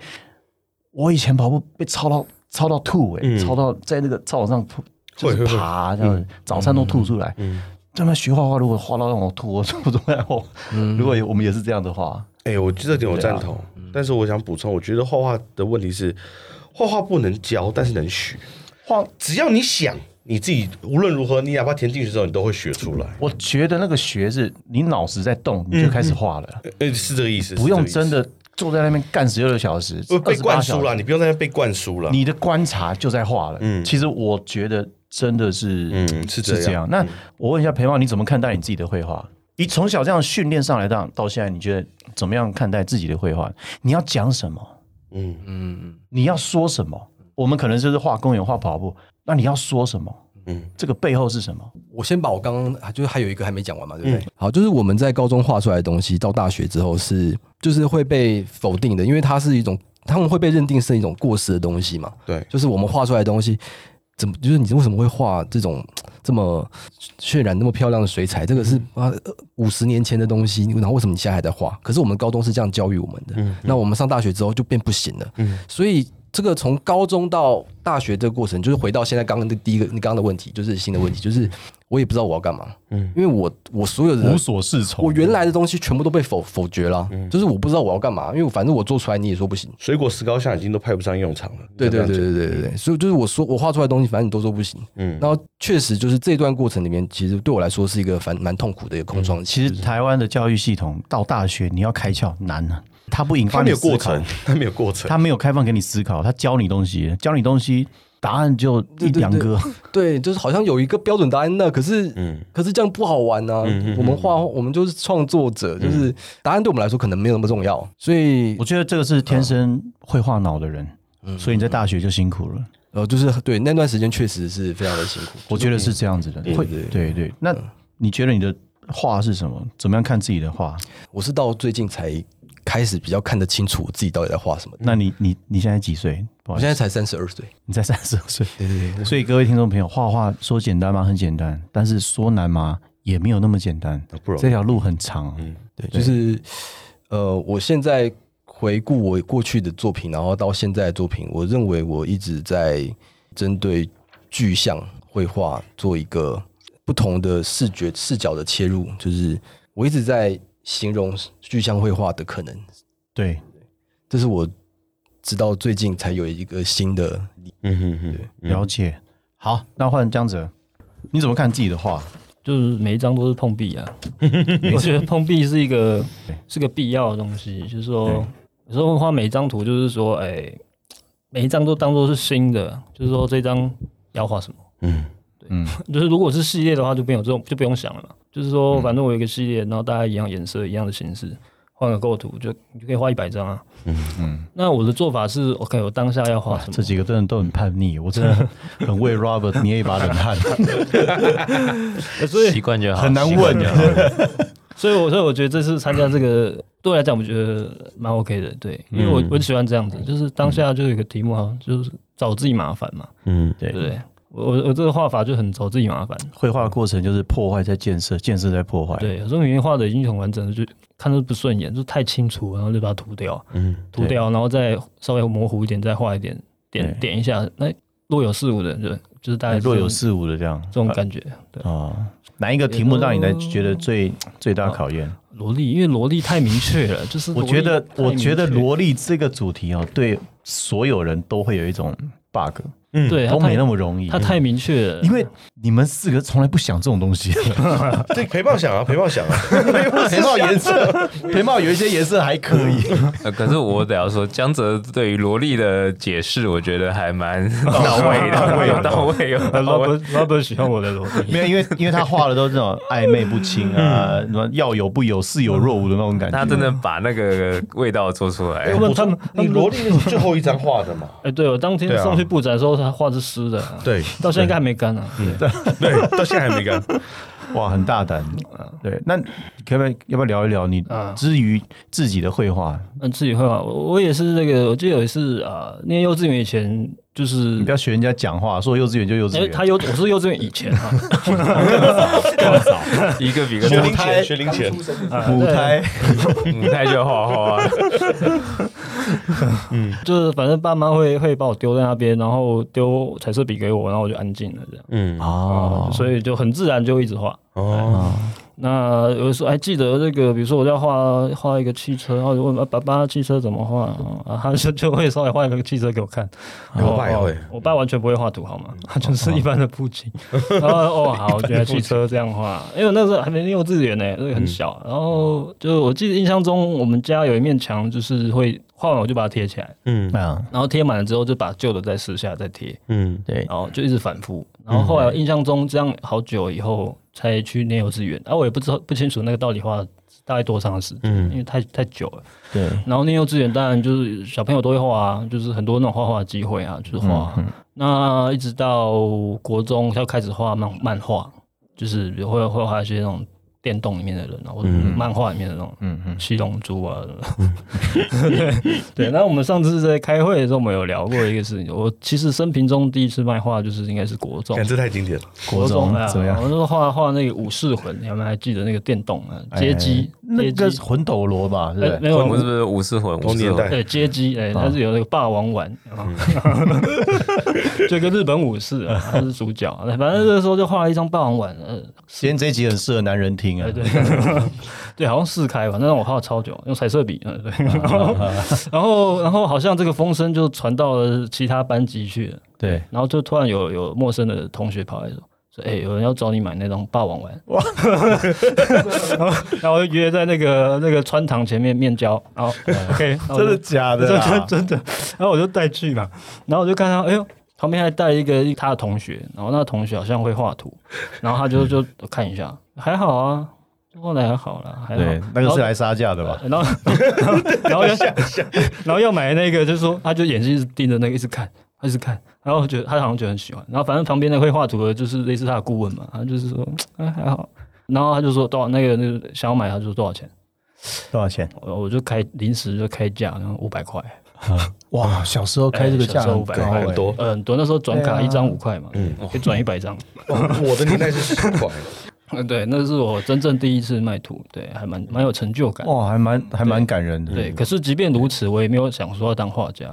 Speaker 1: 我以前跑步被操到操到吐哎、
Speaker 2: 嗯
Speaker 1: 操到在那个操场上吐就是
Speaker 2: 会会
Speaker 1: 爬这样，早餐都吐出来。
Speaker 2: 嗯
Speaker 1: 他妈学画画，如果画到让我吐， 我我怎么样？我
Speaker 2: 嗯
Speaker 1: 如果我们也是这样的话，
Speaker 2: 哎、我这点我赞同，但是我想补充，我觉得画画的问题是，画画不能教，但是能学。
Speaker 1: 画
Speaker 2: 只要你想，你自己无论如何，你哪怕填进去之后，你都会学出来。
Speaker 1: 我觉得那个学是你脑子在动，你就开始画了。
Speaker 2: 嗯呃，是这个意思，
Speaker 1: 不用
Speaker 2: 是这个
Speaker 1: 真
Speaker 2: 意思。
Speaker 1: 的坐在那边干十六小时，
Speaker 2: 不被灌输
Speaker 1: 28小
Speaker 2: 了，
Speaker 1: 时，
Speaker 2: 你不用在那被灌输了。
Speaker 1: 你的观察就在画了。
Speaker 2: 嗯
Speaker 1: 其实我觉得真的是，
Speaker 2: 嗯是这样
Speaker 1: 这样。那我问一下裴茂，你怎么看待你自己的绘画？你从小这样训练上来到到现在，你觉得怎么样看待自己的绘画？你要讲什么？
Speaker 2: 嗯，
Speaker 1: 你要说什么？我们可能就是画公园、画跑步，那你要说什么？
Speaker 2: 嗯，
Speaker 1: 这个背后是什么？
Speaker 4: 我先把我刚刚啊就是还有一个还没讲完嘛，对不
Speaker 3: 嗯
Speaker 4: 对？好，就是我们在高中画出来的东西，到大学之后是就是会被否定的，因为它是一种他们会被认定是一种过时的东西嘛。
Speaker 2: 对，
Speaker 4: 就是我们画出来的东西，怎么就是你为什么会画这种这么渲染那么漂亮的水彩？这个是啊五十年前的东西，然后为什么你现在还在画？可是我们高中是这样教育我们的，那我们上大学之后就变不行了，所以。这个从高中到大学这个过程，就是回到现在刚刚的第一个你刚刚的问题，就是新的问题，就是我也不知道我要干嘛，嗯，因为我我所嗯有的
Speaker 1: 呃所适从
Speaker 4: 我原来的东西全部都被否否决了，啊就是我不知道我要干嘛，因为我反正我做出来你也说不行，
Speaker 2: 水果石膏像已经都派不上用场了。
Speaker 4: 对对
Speaker 2: 这样
Speaker 4: 对
Speaker 2: 讲，
Speaker 4: 对对对对，所以就是我说我画出来的东西，反正你都说不行。
Speaker 2: 嗯
Speaker 4: 嗯，然后确实就是这段过程里面，其实对我来说是一个蛮蛮痛苦的一个空窗期。
Speaker 1: 其实台湾的教育系统到大学你要开窍难啊，它不引发
Speaker 2: 他
Speaker 1: 你
Speaker 2: 没有过
Speaker 1: 思考
Speaker 2: 程，他没有过程。
Speaker 1: 他没有开放给你思考，他教你东西，教你东西，答案就一两个。
Speaker 4: 对，就是好像有一个标准答案那，可是
Speaker 2: 嗯
Speaker 4: 可是这样不好玩啊。我们画，我们就是创作者，就是答案对我们来说可能没有那么重要，所以
Speaker 1: 我觉得这个是天生绘画脑的人，
Speaker 4: 嗯
Speaker 1: 所以你在大学就辛苦了。
Speaker 4: 呃，就是对那段时间确实是非常的辛苦。
Speaker 1: 我觉得是这样子的，会
Speaker 4: 对嗯
Speaker 1: 对对。那你觉得你的画是什么？怎么样看自己的画？
Speaker 4: 我是到最近才开始比较看得清楚我自己到底在画什么。
Speaker 1: 那你你你现在几岁？不
Speaker 4: 嗯我
Speaker 1: 好意思
Speaker 4: 现在才三十二岁，
Speaker 1: 你才三十岁。
Speaker 4: 对对对，
Speaker 1: 所以各位听众朋友，画画说简单吗？很简单，但是说难吗？也没有那么简单
Speaker 2: 啊不容，易
Speaker 1: 这条路很长。
Speaker 4: 对，就是呃，我现在回顾我过去的作品，然后到现在的作品，我认为我一直在针对具象绘画做一个不同的视觉视角的切入，就是我一直在形容具象绘画的可能，
Speaker 1: 对，
Speaker 4: 这是我直到最近才有一个新的
Speaker 2: 嗯哼哼，
Speaker 1: 了解。好，那换江哲，你怎么看自己的画？
Speaker 5: 就是每一张都是碰壁啊。我觉得碰壁是一个是个必要的东西，就是说有时候画每一张图，就是说，哎、每一张都当做是新的，就是说这张要画什么。
Speaker 2: 嗯，
Speaker 1: 嗯，
Speaker 5: 就是如果是系列的话，就没有这种就不用想了嘛。就是说，反正我有一个系列，然后大家一样颜色、一样的形式，换个构图就你就可以画一百张啊。嗯嗯。那我的做法是，OK，我当下要画什么？
Speaker 1: 这几个真的都很叛 逆，我真的很很为 Robert 捏一把冷汗。
Speaker 5: 所以
Speaker 3: 习惯就好，
Speaker 1: 很难问
Speaker 3: 习惯就好
Speaker 5: 所以我所以我觉得这次参加这个，对我来讲我觉得蛮 OK 的，对，因为
Speaker 1: 嗯
Speaker 5: 我我很喜欢这样子，就是当下就有一个题目哈，就是找自己麻烦嘛，
Speaker 2: 嗯，
Speaker 5: 对不对？我我我这个画法就很找自己麻烦，
Speaker 1: 绘画的过程就是破坏在建设，建设在破坏。哎
Speaker 5: 对，有时候明明画的已经很完整了，就看着不顺眼，就太清楚，然后就把它涂掉，
Speaker 2: 嗯，
Speaker 5: 涂掉，然后再稍微模糊一点，再画一点，点点一下，那若有似无的，对，就是大概
Speaker 1: 哎，若有
Speaker 5: 这种
Speaker 1: 似无的这样
Speaker 5: 这种感觉，对，
Speaker 1: 哦。哪一个题目让你来觉得最最大考验？
Speaker 5: 萝莉，因为萝莉太明确了，就是
Speaker 1: 我
Speaker 5: 萝莉
Speaker 1: 觉得，
Speaker 5: 太
Speaker 1: 我
Speaker 5: 明
Speaker 1: 觉得
Speaker 5: 确
Speaker 1: 萝莉这个主题哦，对所有人都会有一种 bug，
Speaker 5: 嗯对
Speaker 1: 嗯都没那
Speaker 5: 么，
Speaker 1: 么容易。
Speaker 5: 它太明确了，
Speaker 1: 因为你们四个从来不想这种东西，
Speaker 2: 这陪伴想啊，陪伴想啊，陪伴
Speaker 1: 陪帽颜 色，陪帽有一些颜色还可以，
Speaker 3: 呃可是我得要说，江泽对于萝莉的解释，我觉得还蛮到位的，有到 位，有到位。
Speaker 5: Robert 喜欢我的萝莉，
Speaker 1: 没有，因为因为他画的都是那种暧昧不清啊，什么要有不有，似有若无的那种感觉。
Speaker 3: 他真的把那个味道做出来，
Speaker 5: 他们他们他
Speaker 2: 你
Speaker 5: 们
Speaker 2: 萝莉那是最后一张画的嘛？
Speaker 5: 哎，对我当天
Speaker 2: 对啊
Speaker 5: 送去布展的时候，他画是湿的，，
Speaker 2: 对啊
Speaker 5: 到现在应该还没干呢。对
Speaker 2: 对，到现在还没 干。
Speaker 1: 哇，很大胆。对，那你可不可以要不要聊一聊你
Speaker 5: 嗯
Speaker 1: 之于自己的绘画？
Speaker 5: 嗯，自己会画，我我也是那个，我记得有一次啊，念幼稚园以前就是
Speaker 1: 你不。要啊学人家讲话，说幼稚园就幼稚
Speaker 5: 因为
Speaker 1: 园，
Speaker 5: 他幼，我是幼稚园以前啊，
Speaker 3: 一个比一个
Speaker 2: 学
Speaker 3: 多
Speaker 2: 龄前，学龄前，
Speaker 1: 母胎
Speaker 3: 母胎就画画，
Speaker 5: 就是反正爸妈会会把我丢在那边，然后丢彩色笔给我，然后我就安静了这样，
Speaker 2: 嗯，
Speaker 1: 哦，
Speaker 5: 所以就很自然就一直画。
Speaker 2: 哦，
Speaker 5: 那有的时候还记得那个，比如说我要画画一个汽车，然后我就问啊爸爸汽车怎么画啊，他就就会稍微画一个汽车给我看。
Speaker 2: 我爸也会
Speaker 5: 哦我爸完全不会画图，好吗？他就是一般的布景。然后哦，好，原来汽车这样画，因为我那时候还没幼稚园呢，那个很小。然后就我记得印象中，我们家有一面墙，就是会画完我就把它贴起来，
Speaker 2: 嗯
Speaker 1: 啊，
Speaker 5: 然后贴满了之后就把旧的再撕下来再贴，
Speaker 2: 嗯，
Speaker 1: 对，
Speaker 5: 然后就一直反复。然后后来印象中这样好久以后才去念幼稚园，啊，我也不知道不清楚那个到底花了大概多长的时间，
Speaker 2: 嗯
Speaker 5: 因为太太久了。
Speaker 1: 对，
Speaker 5: 然后念幼稚园当然就是小朋友都会画啊，就是很多那种画画的机会啊，
Speaker 1: 嗯
Speaker 5: 就是画啊、那一直到国中要开始画漫漫画，就是比如会会画一些那种电动里面的人啊，或者
Speaker 2: 嗯
Speaker 5: 漫画里面的那种
Speaker 1: 嗯嗯，
Speaker 5: 七龙珠啊。对，那我们上次在开会的时候，我们有聊过一个事情。我其实生平中第一次卖画就是应该是国中
Speaker 2: 看，这太经典了。
Speaker 1: 国中
Speaker 5: 啊
Speaker 1: 怎么，样？
Speaker 5: 我就画画那个武士魂，你们还记得那个电动啊，街机
Speaker 1: 哎，那
Speaker 5: 街
Speaker 1: 个
Speaker 5: 机
Speaker 1: 是。魂斗罗吧，对
Speaker 5: 哎
Speaker 1: 不
Speaker 5: 没
Speaker 1: 对？
Speaker 5: 有，
Speaker 3: 我们是不是武士魂？
Speaker 2: 同
Speaker 3: 武士
Speaker 2: 年代
Speaker 3: 魂，
Speaker 5: 对街机，哎、它是有那个霸王丸，啊 就一个日本武士啊，他是主角，反正那时候就画了一张霸王丸，呃，哎
Speaker 1: 今天这一集很适合男人听啊
Speaker 5: 对， 对对，好像四开吧，那让我画超久，用彩色笔，嗯，对，然后 然后然后好像这个风声就传到了其他班级去了，
Speaker 1: 对，
Speaker 5: 然后就突然有有陌生的同学跑来说。说哎、有人要找你买那张霸王丸，哇！ 然后我就约在那个那个穿堂前面面交，然 后 OK，然后我就
Speaker 1: 真的假的
Speaker 5: 真
Speaker 1: 啦
Speaker 5: 的？ 真的。然后我就带去嘛，然后我就看到，哎呦，旁边还带了一个他的同学，然后那个同学好像会画图，然后他就
Speaker 1: 嗯
Speaker 5: 就看一下，还好啊，后来还好啦，还好
Speaker 1: 对。，那个是啊来杀价的吧？
Speaker 5: 然后，然后， 然后要，然后要买那个，就是说，他就眼睛一直盯着那个，一直看，他一直看，然后觉得他好像觉得很喜欢，然后反正旁边那个会画图的，就是类似他的顾问嘛，他就是说，哎还好，然后他就说多少那个那个想要买，他就说多少钱，
Speaker 1: 多少钱？
Speaker 5: 我我就开临时就开价，然后五百块，
Speaker 1: 哇，小时候开这个价很
Speaker 5: 五哎百
Speaker 1: 高
Speaker 5: 块
Speaker 1: 哎
Speaker 2: 很多
Speaker 5: 呃很多那时候转卡
Speaker 1: 对啊
Speaker 5: 一张五块嘛，可以转一百张。
Speaker 2: 我的年代是十 块，
Speaker 5: 嗯，对，那是我真正第一次卖图，对，还蛮蛮有成就感。
Speaker 1: 哇，还蛮还蛮感人的。
Speaker 5: 对，可是即便如此，我也没有想说要当画 家，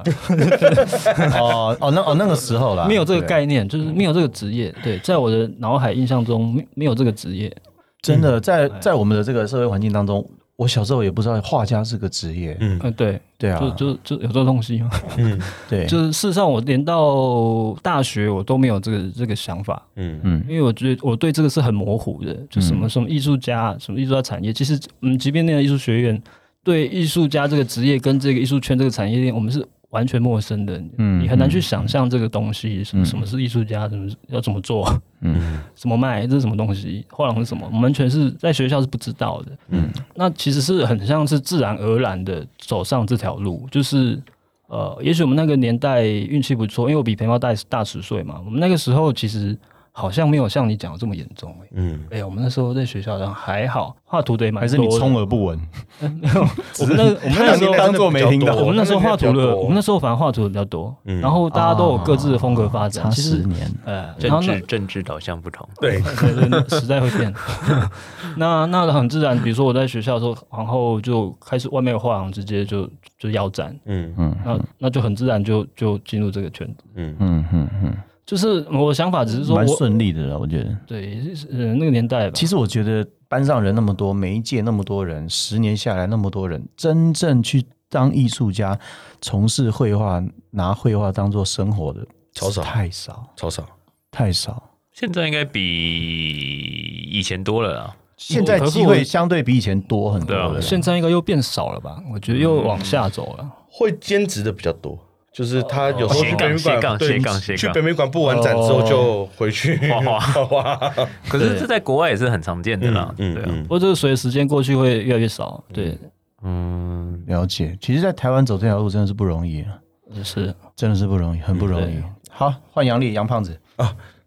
Speaker 1: 哦哦，那哦那个时候啦，
Speaker 5: 没有这个
Speaker 1: 对嗯
Speaker 5: 概念，就是没有这个职业。对，在我的脑海印象中，没没有这个职业。
Speaker 1: 真的在
Speaker 5: 哎
Speaker 1: 在我们的这个社会环境当中，我小时候也不知道画家是个职业，
Speaker 2: 嗯
Speaker 5: 嗯，对，
Speaker 1: 对啊
Speaker 5: 就，就就有这东西嘛。
Speaker 2: 嗯
Speaker 1: 对，
Speaker 5: 就是事实上，我连到大学我都没有这个这个想法，
Speaker 2: 嗯
Speaker 1: 嗯
Speaker 5: 因为我觉得我对这个是很模糊的，就什么什么艺术家、什么艺术家产业，其实嗯，即便念了艺术学院，对艺术家这个职业跟这个艺术圈这个产业链，我们是完全陌生的，
Speaker 1: 嗯
Speaker 5: 你很难去想象这个东西，什么
Speaker 1: 嗯
Speaker 5: 什么是艺术家，什么是要怎么做，
Speaker 2: 嗯
Speaker 5: 怎么卖，这是什么东西，画廊是什么，我们完全是在学校是不知道的。
Speaker 2: 嗯，
Speaker 5: 那其实是很像是自然而然的走上这条路，就是呃，也许我们那个年代运气不错，因为我比培猫大大十岁嘛，我们那个时候其实好像没有像你讲的这么严重、欸。
Speaker 2: 嗯，
Speaker 5: 哎、我们那时候在学校上还好，画图的也蛮
Speaker 1: 还是
Speaker 5: 多的。
Speaker 1: 你充耳不闻，
Speaker 5: 我们那我们那时候
Speaker 1: 当当作没听到
Speaker 5: 我们那时候画图的，我们那时候反而画图的比较多，
Speaker 2: 嗯
Speaker 5: 然后大家都有各自的风格发展。其实
Speaker 1: 年，
Speaker 5: 呃，然
Speaker 3: 政
Speaker 5: 后那
Speaker 3: 治政治导向不同，
Speaker 2: 对，
Speaker 5: 对对，对时代会变。那那很自然，比如说我在学校的时候，然后就开始外面有画廊，直接就就腰斩，
Speaker 2: 嗯
Speaker 5: 那那就很自然就就进入这个圈子。
Speaker 2: 嗯
Speaker 1: 嗯嗯嗯，
Speaker 5: 就是我的想法只是说
Speaker 1: 蛮
Speaker 5: 我
Speaker 1: 顺利的了，我觉得。
Speaker 5: 对是呃那个年代吧，
Speaker 1: 其实我觉得班上人那么多，每一届那么多人，十年下来那么多人，真正去当艺术家、从事绘画、拿绘画当做生活的，
Speaker 2: 超少
Speaker 1: 太少，
Speaker 2: 超少，
Speaker 1: 太少。
Speaker 3: 现在应该比以前多了啊。
Speaker 1: 现在
Speaker 5: 可是
Speaker 1: 机
Speaker 5: 我
Speaker 1: 会相对比以前多很多
Speaker 3: 对啊
Speaker 1: 了。
Speaker 5: 现在应该又变少了吧？我觉得又往下走了。
Speaker 2: 会兼职的比较多。就是他有时候去
Speaker 3: 斜
Speaker 2: 北
Speaker 3: 杠
Speaker 2: 美馆，
Speaker 3: 哦斜杠斜
Speaker 2: 对
Speaker 3: 杠斜，杠哦
Speaker 2: 去北美馆布完展之后就回去
Speaker 3: 画画
Speaker 2: 画 画，
Speaker 3: 可是这在国外也是很常见的啦，
Speaker 2: 嗯
Speaker 3: 对啊，
Speaker 5: 不过这个随着时间过去会越来越少，对，
Speaker 3: 嗯，
Speaker 1: 了解，其实，在台湾走这条路真的是不容易，啊
Speaker 5: 是
Speaker 1: 真的是不容易，很不容易
Speaker 2: 嗯
Speaker 5: 对。
Speaker 1: 好，换杨丽，杨胖子，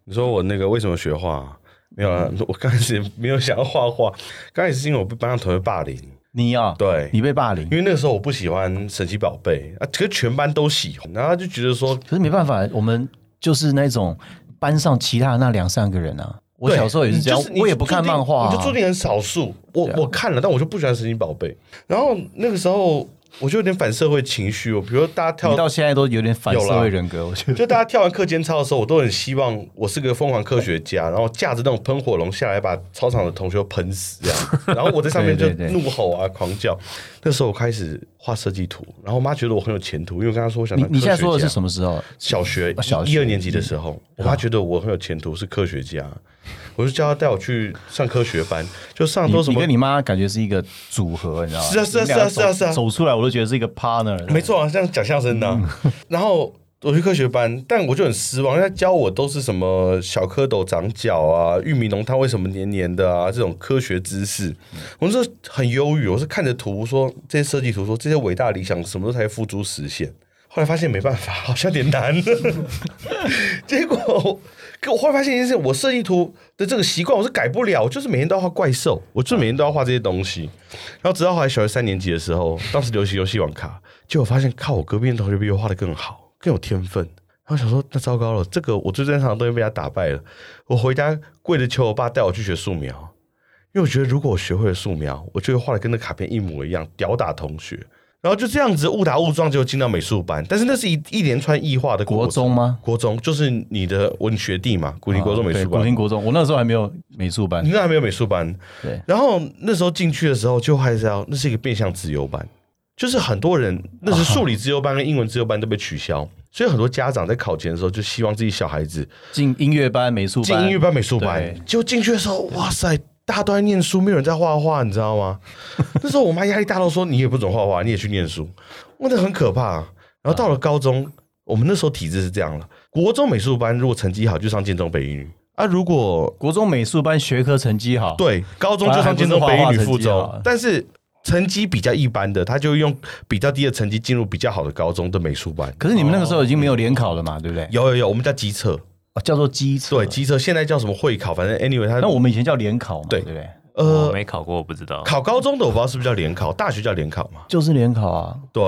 Speaker 2: 你说我那个为什么学画啊？没有啊，
Speaker 3: 嗯
Speaker 2: 我刚开始没有想要画画，刚开始是因为我被班上同学霸凌，
Speaker 1: 你呀、
Speaker 2: 对
Speaker 1: 你被霸凌
Speaker 2: 因，为那个时候我不喜欢神奇宝贝啊，可是全班都喜欢，然后他就觉得说，
Speaker 1: 可是没办法，我们就是那种班上其他的那两三个人啊。我
Speaker 2: 对
Speaker 1: 小时候也是这样，
Speaker 2: 你就是
Speaker 1: 我也不看漫画、啊，
Speaker 2: 你就注定很少数。我、
Speaker 1: 对啊
Speaker 2: 我看了，但我就不喜欢神奇宝贝。然后那个时候我就有点反社会情绪，哦我比如说大家
Speaker 1: 你
Speaker 2: 跳
Speaker 1: 到，现在都有点反社会人格，我 觉得。
Speaker 2: 就大家跳完课间操的时候，我都很希望我是个疯狂科学家，然后架着那种喷火龙下来把操场的同学喷死这样。然后我在上面就
Speaker 1: 对对对
Speaker 2: 怒吼啊狂叫。那时候我开始画设计图，然后我妈觉得我很有前途，因为我跟她说我想
Speaker 1: 你
Speaker 2: 当
Speaker 1: 你现在
Speaker 2: 科学
Speaker 1: 说的
Speaker 2: 家
Speaker 1: 是什么时候？
Speaker 2: 小学
Speaker 1: 啊小学嗯
Speaker 2: 一二年级的时候，我妈觉得我很有前途，是科学家，我就叫她带我去上科学班，就上
Speaker 1: 你
Speaker 2: 多什
Speaker 1: 你
Speaker 2: 么
Speaker 1: 跟。你妈感觉是一个组合，你知道吗？
Speaker 2: 是啊是啊
Speaker 1: 你们俩
Speaker 2: 是啊是啊
Speaker 1: 走
Speaker 2: 是啊
Speaker 1: 走出来我都觉得是一个 partner。
Speaker 2: 没，错啊，像讲相声的啊、 然后我去科学班，但我就很失望，因为他教我都是什么小蝌蚪长脚啊，玉米浓汤为什么黏黏的啊，这种科学知识，我是很忧郁。我是看着图说这些设计图说这些伟大理想什么时候才付诸实现。后来发现没办法，好像有点难。结果我可我后来发现一件事，我设计图的这个习惯我是改不了，我就是每天都要画怪兽，我就是每天都要画这些东西。然后直到后来小学三年级的时候，当时流行游戏网卡，结果发现靠我隔壁的同学比我画的更好，更有天分。然后想说，那糟糕了，这个我最擅长的东西被他打败了。我回家跪着求我爸带我去学素描，因为我觉得如果我学会了素描，我就会画的跟那卡片一模一样，吊打同学。然后就这样子误打误撞就进到美术班，但是那是一一连串异化的过
Speaker 1: 国
Speaker 2: 程
Speaker 1: 中吗？啊
Speaker 2: 国中就是你的我你学弟嘛，古林国中美
Speaker 1: 对
Speaker 2: 术
Speaker 1: 古
Speaker 2: 班，
Speaker 1: 亭国中，我那时候还没有美术班
Speaker 2: 你。那还没有美术班。
Speaker 1: 对，
Speaker 2: 然后那时候进去的时候就还是要，那是一个变相自由班，就是很多人那
Speaker 1: 哦
Speaker 2: 时数理自由班跟英文自由班都被取消，所以很多家长在考前的时候就希望自己小孩子
Speaker 1: 进音乐班、美术
Speaker 2: 进
Speaker 1: 班，
Speaker 2: 音乐班、美术班
Speaker 1: 对，
Speaker 2: 结果进去的时候，哇塞，大家都在念书，没有人在画画，你知道吗？ 那时候我妈压力大到说，你也不准画画，你也去念书，哇，那很可怕、然后到了高中，我们那时候体制是这样了：国中美术班如果成绩好就上建中北一女啊，如果
Speaker 1: 国中美术班学科成绩好，，
Speaker 2: 对高中就上建中北一
Speaker 1: 反而
Speaker 2: 女附
Speaker 1: 还不是画画成绩
Speaker 2: 中
Speaker 1: 好，
Speaker 2: 但是。成绩比较一般的，他就用比较低的成绩进入比较好的高中的美术班。
Speaker 1: 可是你们那个时候已经没有联考了嘛，对不对？
Speaker 2: 有有有，我们叫机测，
Speaker 1: 哦叫做基测。
Speaker 2: 对，机测现在叫什么会考，反正 anyway，他
Speaker 1: 那我们以前叫联考嘛，对
Speaker 2: 对
Speaker 1: 不对？
Speaker 2: 呃
Speaker 3: 嗯我没考过，我不知道。
Speaker 2: 考高中的我不知道是不是叫联考，大学叫联考嘛？
Speaker 1: 就是联考啊，
Speaker 2: 对。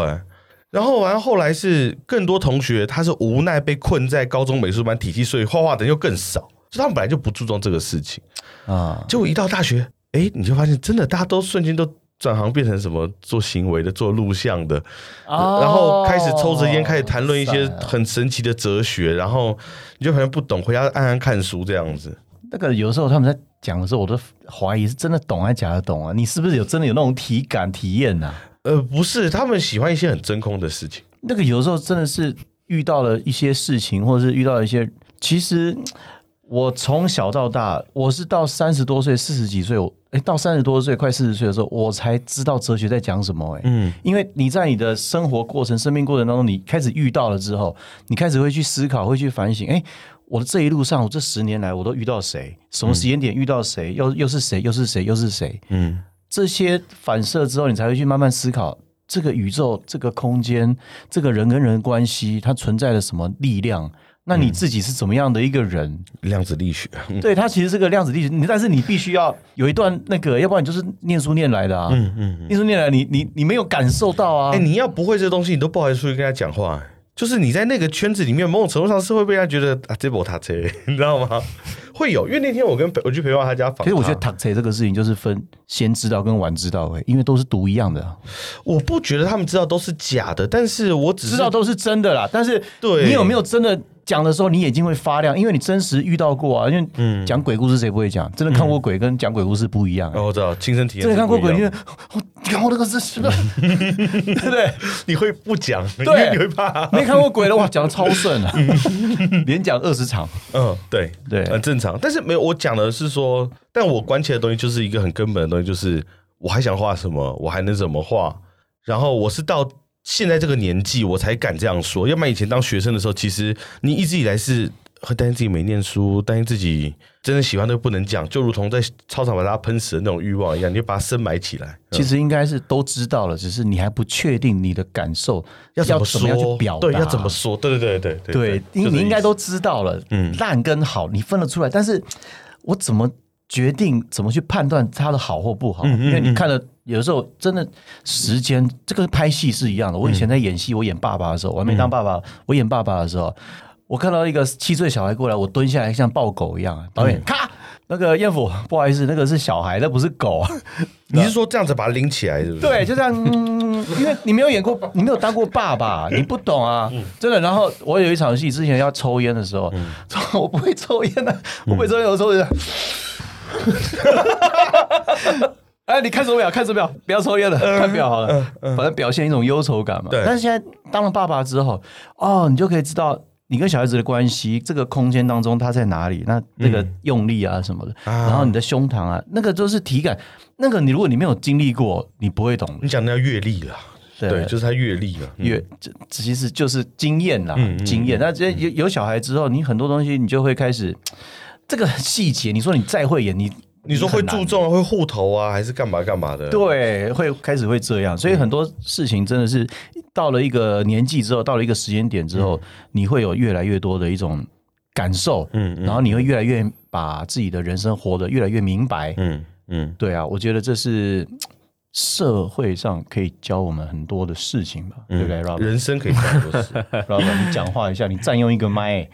Speaker 2: 然后完后来是更多同学他是无奈被困在高中美术班体系，所以画画的人又更少，就他们本来就不注重这个事情。
Speaker 1: 啊，
Speaker 2: 结果一到大学，哎，你就发现真的大家都瞬间都转行变成什么做行为的、做录像的，然后开始抽着烟，开始谈论一些
Speaker 1: 哇塞
Speaker 2: 很神奇的哲学，然后你就好像不懂，回家暗暗看书这样子。
Speaker 1: 那个有时候他们在讲的时候，我都怀疑是真的懂还是假的懂啊？你是不是有真的有那种体感体验啊呐、
Speaker 2: 呃，不是，他们喜欢一些很真空的事情。
Speaker 1: 那个有时候真的是遇到了一些事情，或者是遇到了一些，其实我从小到大，我是到三十多岁、四十几岁，我哎到三十多岁、快四十岁的时候，我才知道哲学在讲什么、哎，嗯，因为你在你的生活过程、生命过程当中，你开始遇到了之后，你开始会去思考，会去反省，哎、我的这一路上，我这十年来，我都遇到谁？什么时间点遇到谁？又又是谁？又是谁？又是谁？
Speaker 2: 嗯，
Speaker 1: 这些反射之后，你才会去慢慢思考这个宇宙、这个空间、这个人跟人的关系，它存在了什么力量？那你自己是怎么样的一个人？
Speaker 2: 量子力学，嗯
Speaker 1: 对，它其实是个量子力学，你但是你必须要有一段那个，要不然你就是念书念来的啊。嗯嗯，念书念来，你你你没有感受到啊。
Speaker 2: 哎、你要不会这东西，你都不好意思出去跟他讲话、就是你在那个圈子里面，某种程度上是会被人家觉得啊，这波他车， 你知道吗？会有，因为那天我跟陪我去陪伴他家访，
Speaker 1: 其实我觉得 t a x 这个事情就是分先知道跟晚知道、欸，因为都是读一样的啊、
Speaker 2: 我不觉得他们知道都是假的，但是我只是
Speaker 1: 知道都是真的啦，但是
Speaker 2: 对
Speaker 1: 你有没有真的讲的时候，你眼睛会发亮，因为你真实遇到过啊。因
Speaker 2: 嗯
Speaker 1: 为讲鬼故事谁不会讲？真的看过鬼跟讲鬼故事不一样、欸
Speaker 2: 哦，我知道亲身体验是
Speaker 1: 真
Speaker 2: 不一
Speaker 1: 的看
Speaker 2: 样，
Speaker 1: 过鬼，你 就我看我那个是 什么？对不对？
Speaker 2: 你会不讲，因为
Speaker 1: 对，
Speaker 2: 你会怕，
Speaker 1: 没看过鬼的哇，讲的超顺 啊，连讲二十场。
Speaker 2: 嗯，对
Speaker 1: 对
Speaker 2: 很正常。但是没有，我讲的是说，但我关切的东西就是一个很根本的东西，就是我还想画什么，我还能怎么画。然后我是到现在这个年纪，我才敢这样说。要不然以前当学生的时候，其实你一直以来是会担心自己没念书，担心自己真的喜欢都不能讲，就如同在操场把大家喷死的那种欲望一样，你就把它深埋起来。嗯
Speaker 1: 其实应该是都知道了，只是你还不确定你的感受
Speaker 2: 要怎
Speaker 1: 要
Speaker 2: 么
Speaker 1: 怎
Speaker 2: 说？
Speaker 1: 么样去表达，
Speaker 2: 对，要怎么说？对对对对
Speaker 1: 对，
Speaker 2: 就
Speaker 1: 你
Speaker 2: 是
Speaker 1: 你应该
Speaker 2: 意思
Speaker 1: 都知道了，
Speaker 2: 嗯
Speaker 1: 烂跟好你分得出来，但是我怎么决定怎么去判断它的好或不好？
Speaker 2: 嗯
Speaker 1: 因为你看了，有时候真的时间，这个拍戏是一样的。我以
Speaker 2: 嗯
Speaker 1: 前在演戏，我演爸爸的时候，我还没当爸爸，我演爸爸的时候，我看到一个七岁小孩过来，我蹲下来像抱狗一样，导
Speaker 2: 嗯
Speaker 1: 演咔。那个艳福，不好意思，那个是小孩，那不是狗啊。
Speaker 2: 你是说这样子把它拎起来，是不是？
Speaker 1: 对，就这样，嗯，因为你没有演过，你没有当过爸爸，你不懂啊，真的。然后我有一场戏，之前要抽烟的时候， 我不会抽烟的、我不会抽烟，我抽烟。 哎，你看手表，看手表，不要抽烟了，看表好了，反正表现一种忧愁感嘛。
Speaker 2: 对
Speaker 1: 但是现在当了爸爸之后，哦，你就可以知道你跟小孩子的关系，这个空间当中他在哪里，那那个用力啊什么的，然后你的胸膛啊，那个都是体感，那个你如果你没有经历过，你不会懂的。
Speaker 2: 你讲的要阅历了，
Speaker 1: 对
Speaker 2: 嗯对，就是他阅历了。嗯
Speaker 1: 越这这其实就是经验啦，经验。那这有有小孩之后，你很多东西你就会开始这个细节，你说你再会演，你
Speaker 2: 你说会
Speaker 1: 很难
Speaker 2: 注重啊，会护头啊，还是干嘛干嘛的？，
Speaker 1: 对，会开始会这样，所以很多事情真的是到了一个年纪之后，到了一个时间点之后，你会有越来越多的一种感受，嗯，然后你会越来越把自己的人生活得越来越明白，
Speaker 2: 嗯嗯，
Speaker 1: 对啊，我觉得这是社会上可以教我们很多的事情吧，对不对，Robert？
Speaker 2: 人生可以这样做事
Speaker 1: 老板，你讲话一下，你占用一个麦、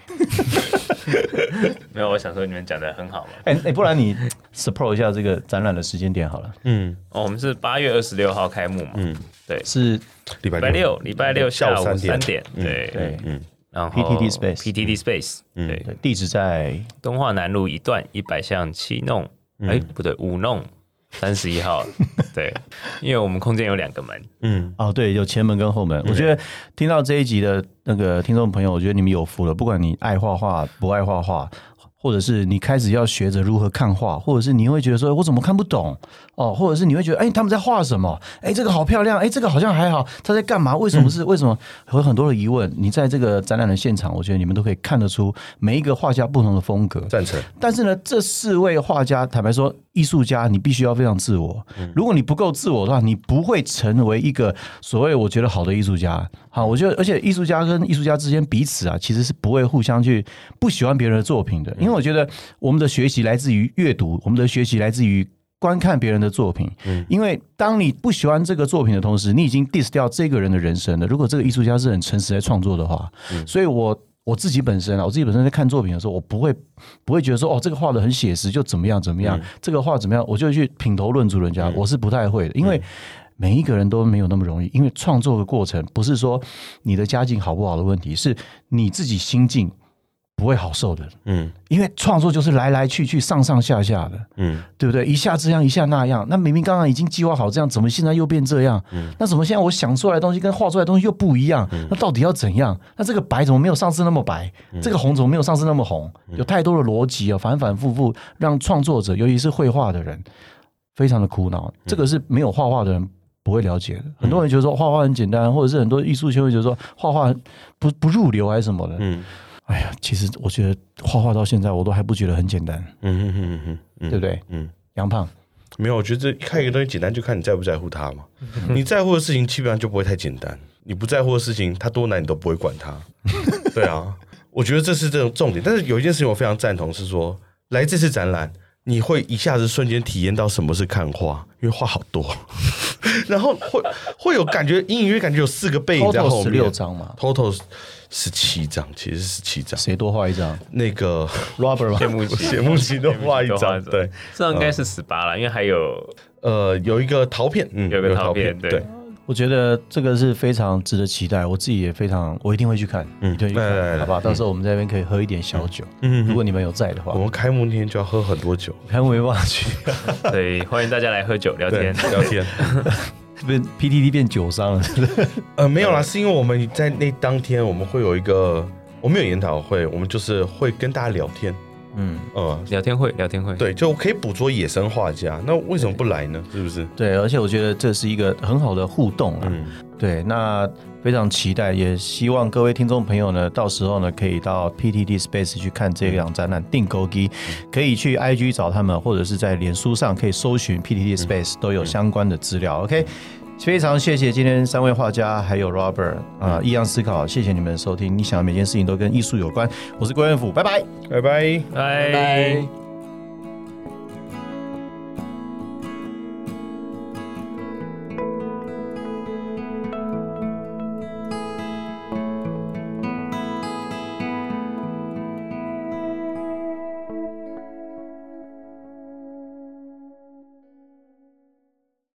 Speaker 3: 没有，我想说你们讲的很好嘛。
Speaker 1: 哎、哎，不然你 support 一下这个展览的时间点好了，
Speaker 2: 嗯，
Speaker 3: 哦，我们是八月二十六号开幕嘛，嗯，对，
Speaker 1: 是
Speaker 2: 礼拜
Speaker 3: 礼拜六，礼拜六下午
Speaker 2: 下午
Speaker 3: 三
Speaker 2: 三点
Speaker 3: 点，对
Speaker 1: 对，
Speaker 3: 然后
Speaker 1: PTT Space
Speaker 3: PTT Space，对，
Speaker 1: 对，地址在
Speaker 3: 东华南路一段一百巷七弄，哎，不对，五弄三十一号，对，因为我们空间有两个门，
Speaker 2: 嗯，
Speaker 1: 哦，对，有前门跟后门。我觉得听到这一集的那个听众朋友，我觉得你们有福了。不管你爱画画不爱画画，或者是你开始要学着如何看画，或者是你会觉得说哎我怎么看不懂哦，或者是你会觉得哎他们在画什么？哎这个好漂亮，哎这个好像还好，他在干嘛？为什么是、为什么？有很多的疑问。你在这个展览的现场，我觉得你们都可以看得出每一个画家不同的风格。
Speaker 2: 赞成。
Speaker 1: 但是呢，这四位画家，坦白说，艺术家你必须要非常自我。如果你不够自我的话，你不会成为一个所谓我觉得好的艺术家。好，我觉得，而且艺术家跟艺术家之间彼此啊，其实是不会互相去不喜欢别人的作品的，因为我觉得我们的学习来自于阅读，我们的学习来自于。观看别人的作品，因为当你不喜欢这个作品的同时，你已经 diss 掉这个人的人生了。如果这个艺术家是很诚实在创作的话，所以我我自己本身啊，我自己本身在看作品的时候，我不会不会觉得说哦，这个画的很写实，就怎么样怎么样，
Speaker 2: 嗯
Speaker 1: 这个画怎么样，我就去品头论足人家，我是不太会的，因
Speaker 2: 嗯
Speaker 1: 为。每一个人都没有那么容易，因为创作的过程不是说你的家境好不好的问题，是你自己心境不会好受的，
Speaker 2: 嗯
Speaker 1: 因为创作就是来来去去、上上下下的，
Speaker 2: 嗯
Speaker 1: 对不对？一下这样，一下那样。那明明刚刚已经计划好这样，怎么现在又变这样？
Speaker 2: 嗯
Speaker 1: 那怎么现在我想出来的东西跟画出来的东西又不一样？那到底要怎样？那这个白怎么没有上次那么白？
Speaker 2: 嗯
Speaker 1: 这个红怎么没有上次那么红？有太多的逻辑啊、反反复复，让创作者，尤其是绘画的人，非常的苦恼。
Speaker 2: 嗯
Speaker 1: 这个是没有画画的人。不会了解的，很多人觉得说画画很简单，或者是很多艺术圈会觉得说画画不不入流还是什么的。
Speaker 2: 嗯
Speaker 1: 哎呀，其实我觉得画画到现在我都还不觉得很简单，
Speaker 2: 嗯嗯嗯嗯，
Speaker 1: 对不？对？
Speaker 2: 嗯，
Speaker 1: 杨胖，
Speaker 2: 没有，我觉得这看一个东西简单，就看你在不在乎它嘛。你在乎的事情，基本上就不会太简单；你不在乎的事情，它多难你都不会管 它。对啊，我觉得这是这种重点。但是有一件事情我非常赞同，是说来这次展览，你会一下子瞬间体验到什么是看画，因为画好多， 然后会会有感觉，隐隐约感觉有四个背影在后
Speaker 1: 十六
Speaker 2: 面。
Speaker 1: 张嘛，
Speaker 2: total 十七张，其实是十七张。
Speaker 1: 谁多画一张
Speaker 2: 那个
Speaker 1: ？Robert
Speaker 3: 羡
Speaker 1: 吗？
Speaker 3: 慕 极，
Speaker 2: 谢幕奇都画一
Speaker 3: 谢幕奇都画
Speaker 2: 张
Speaker 3: 一，张
Speaker 2: 对，
Speaker 3: 这应该是十八了，因为还有
Speaker 2: 呃，有一个陶片，嗯，
Speaker 3: 有一个陶片对
Speaker 2: 对，
Speaker 1: 我觉得这个是非常值得期待，我自己也非常，我一定会去看，
Speaker 2: 嗯
Speaker 1: 一定会去看
Speaker 2: 来来来
Speaker 1: 好吧？到时候我们在那边可以喝一点小酒，
Speaker 2: 嗯
Speaker 1: 如果你们有在的话
Speaker 2: 我，们开幕那天就要喝很多酒，
Speaker 1: 还没办法去，
Speaker 3: 对，欢迎大家来喝酒聊
Speaker 2: 对，
Speaker 3: 天。
Speaker 2: 聊天。
Speaker 1: 变 PTT 变酒商了，
Speaker 2: 呃，没有啦，是因为我们在那当天我们会有一个，我们有研讨会，我们就是会跟大家聊天，
Speaker 1: 嗯。
Speaker 2: 呃，
Speaker 3: 聊天会，聊天会，
Speaker 2: 对，就可以捕捉野生画家，那为什么不来呢？是不是？
Speaker 1: 对，而且我觉得这是一个很好的互动啊。
Speaker 2: 嗯
Speaker 1: 对，那非常期待，也希望各位听众朋友呢，到时候呢可以到 PTT Space 去看这档展览《定勾机》，可以去 IG 找他们，或者是在脸书上可以搜寻 PTT Space，都有相关的资料。OK，非常谢谢今天三位画家还有 Robert 啊、异样思考，谢谢你们的收听。你想每件事情都跟艺术有关，我是郭元甫，拜拜。
Speaker 2: 拜拜。
Speaker 3: 拜
Speaker 4: 拜。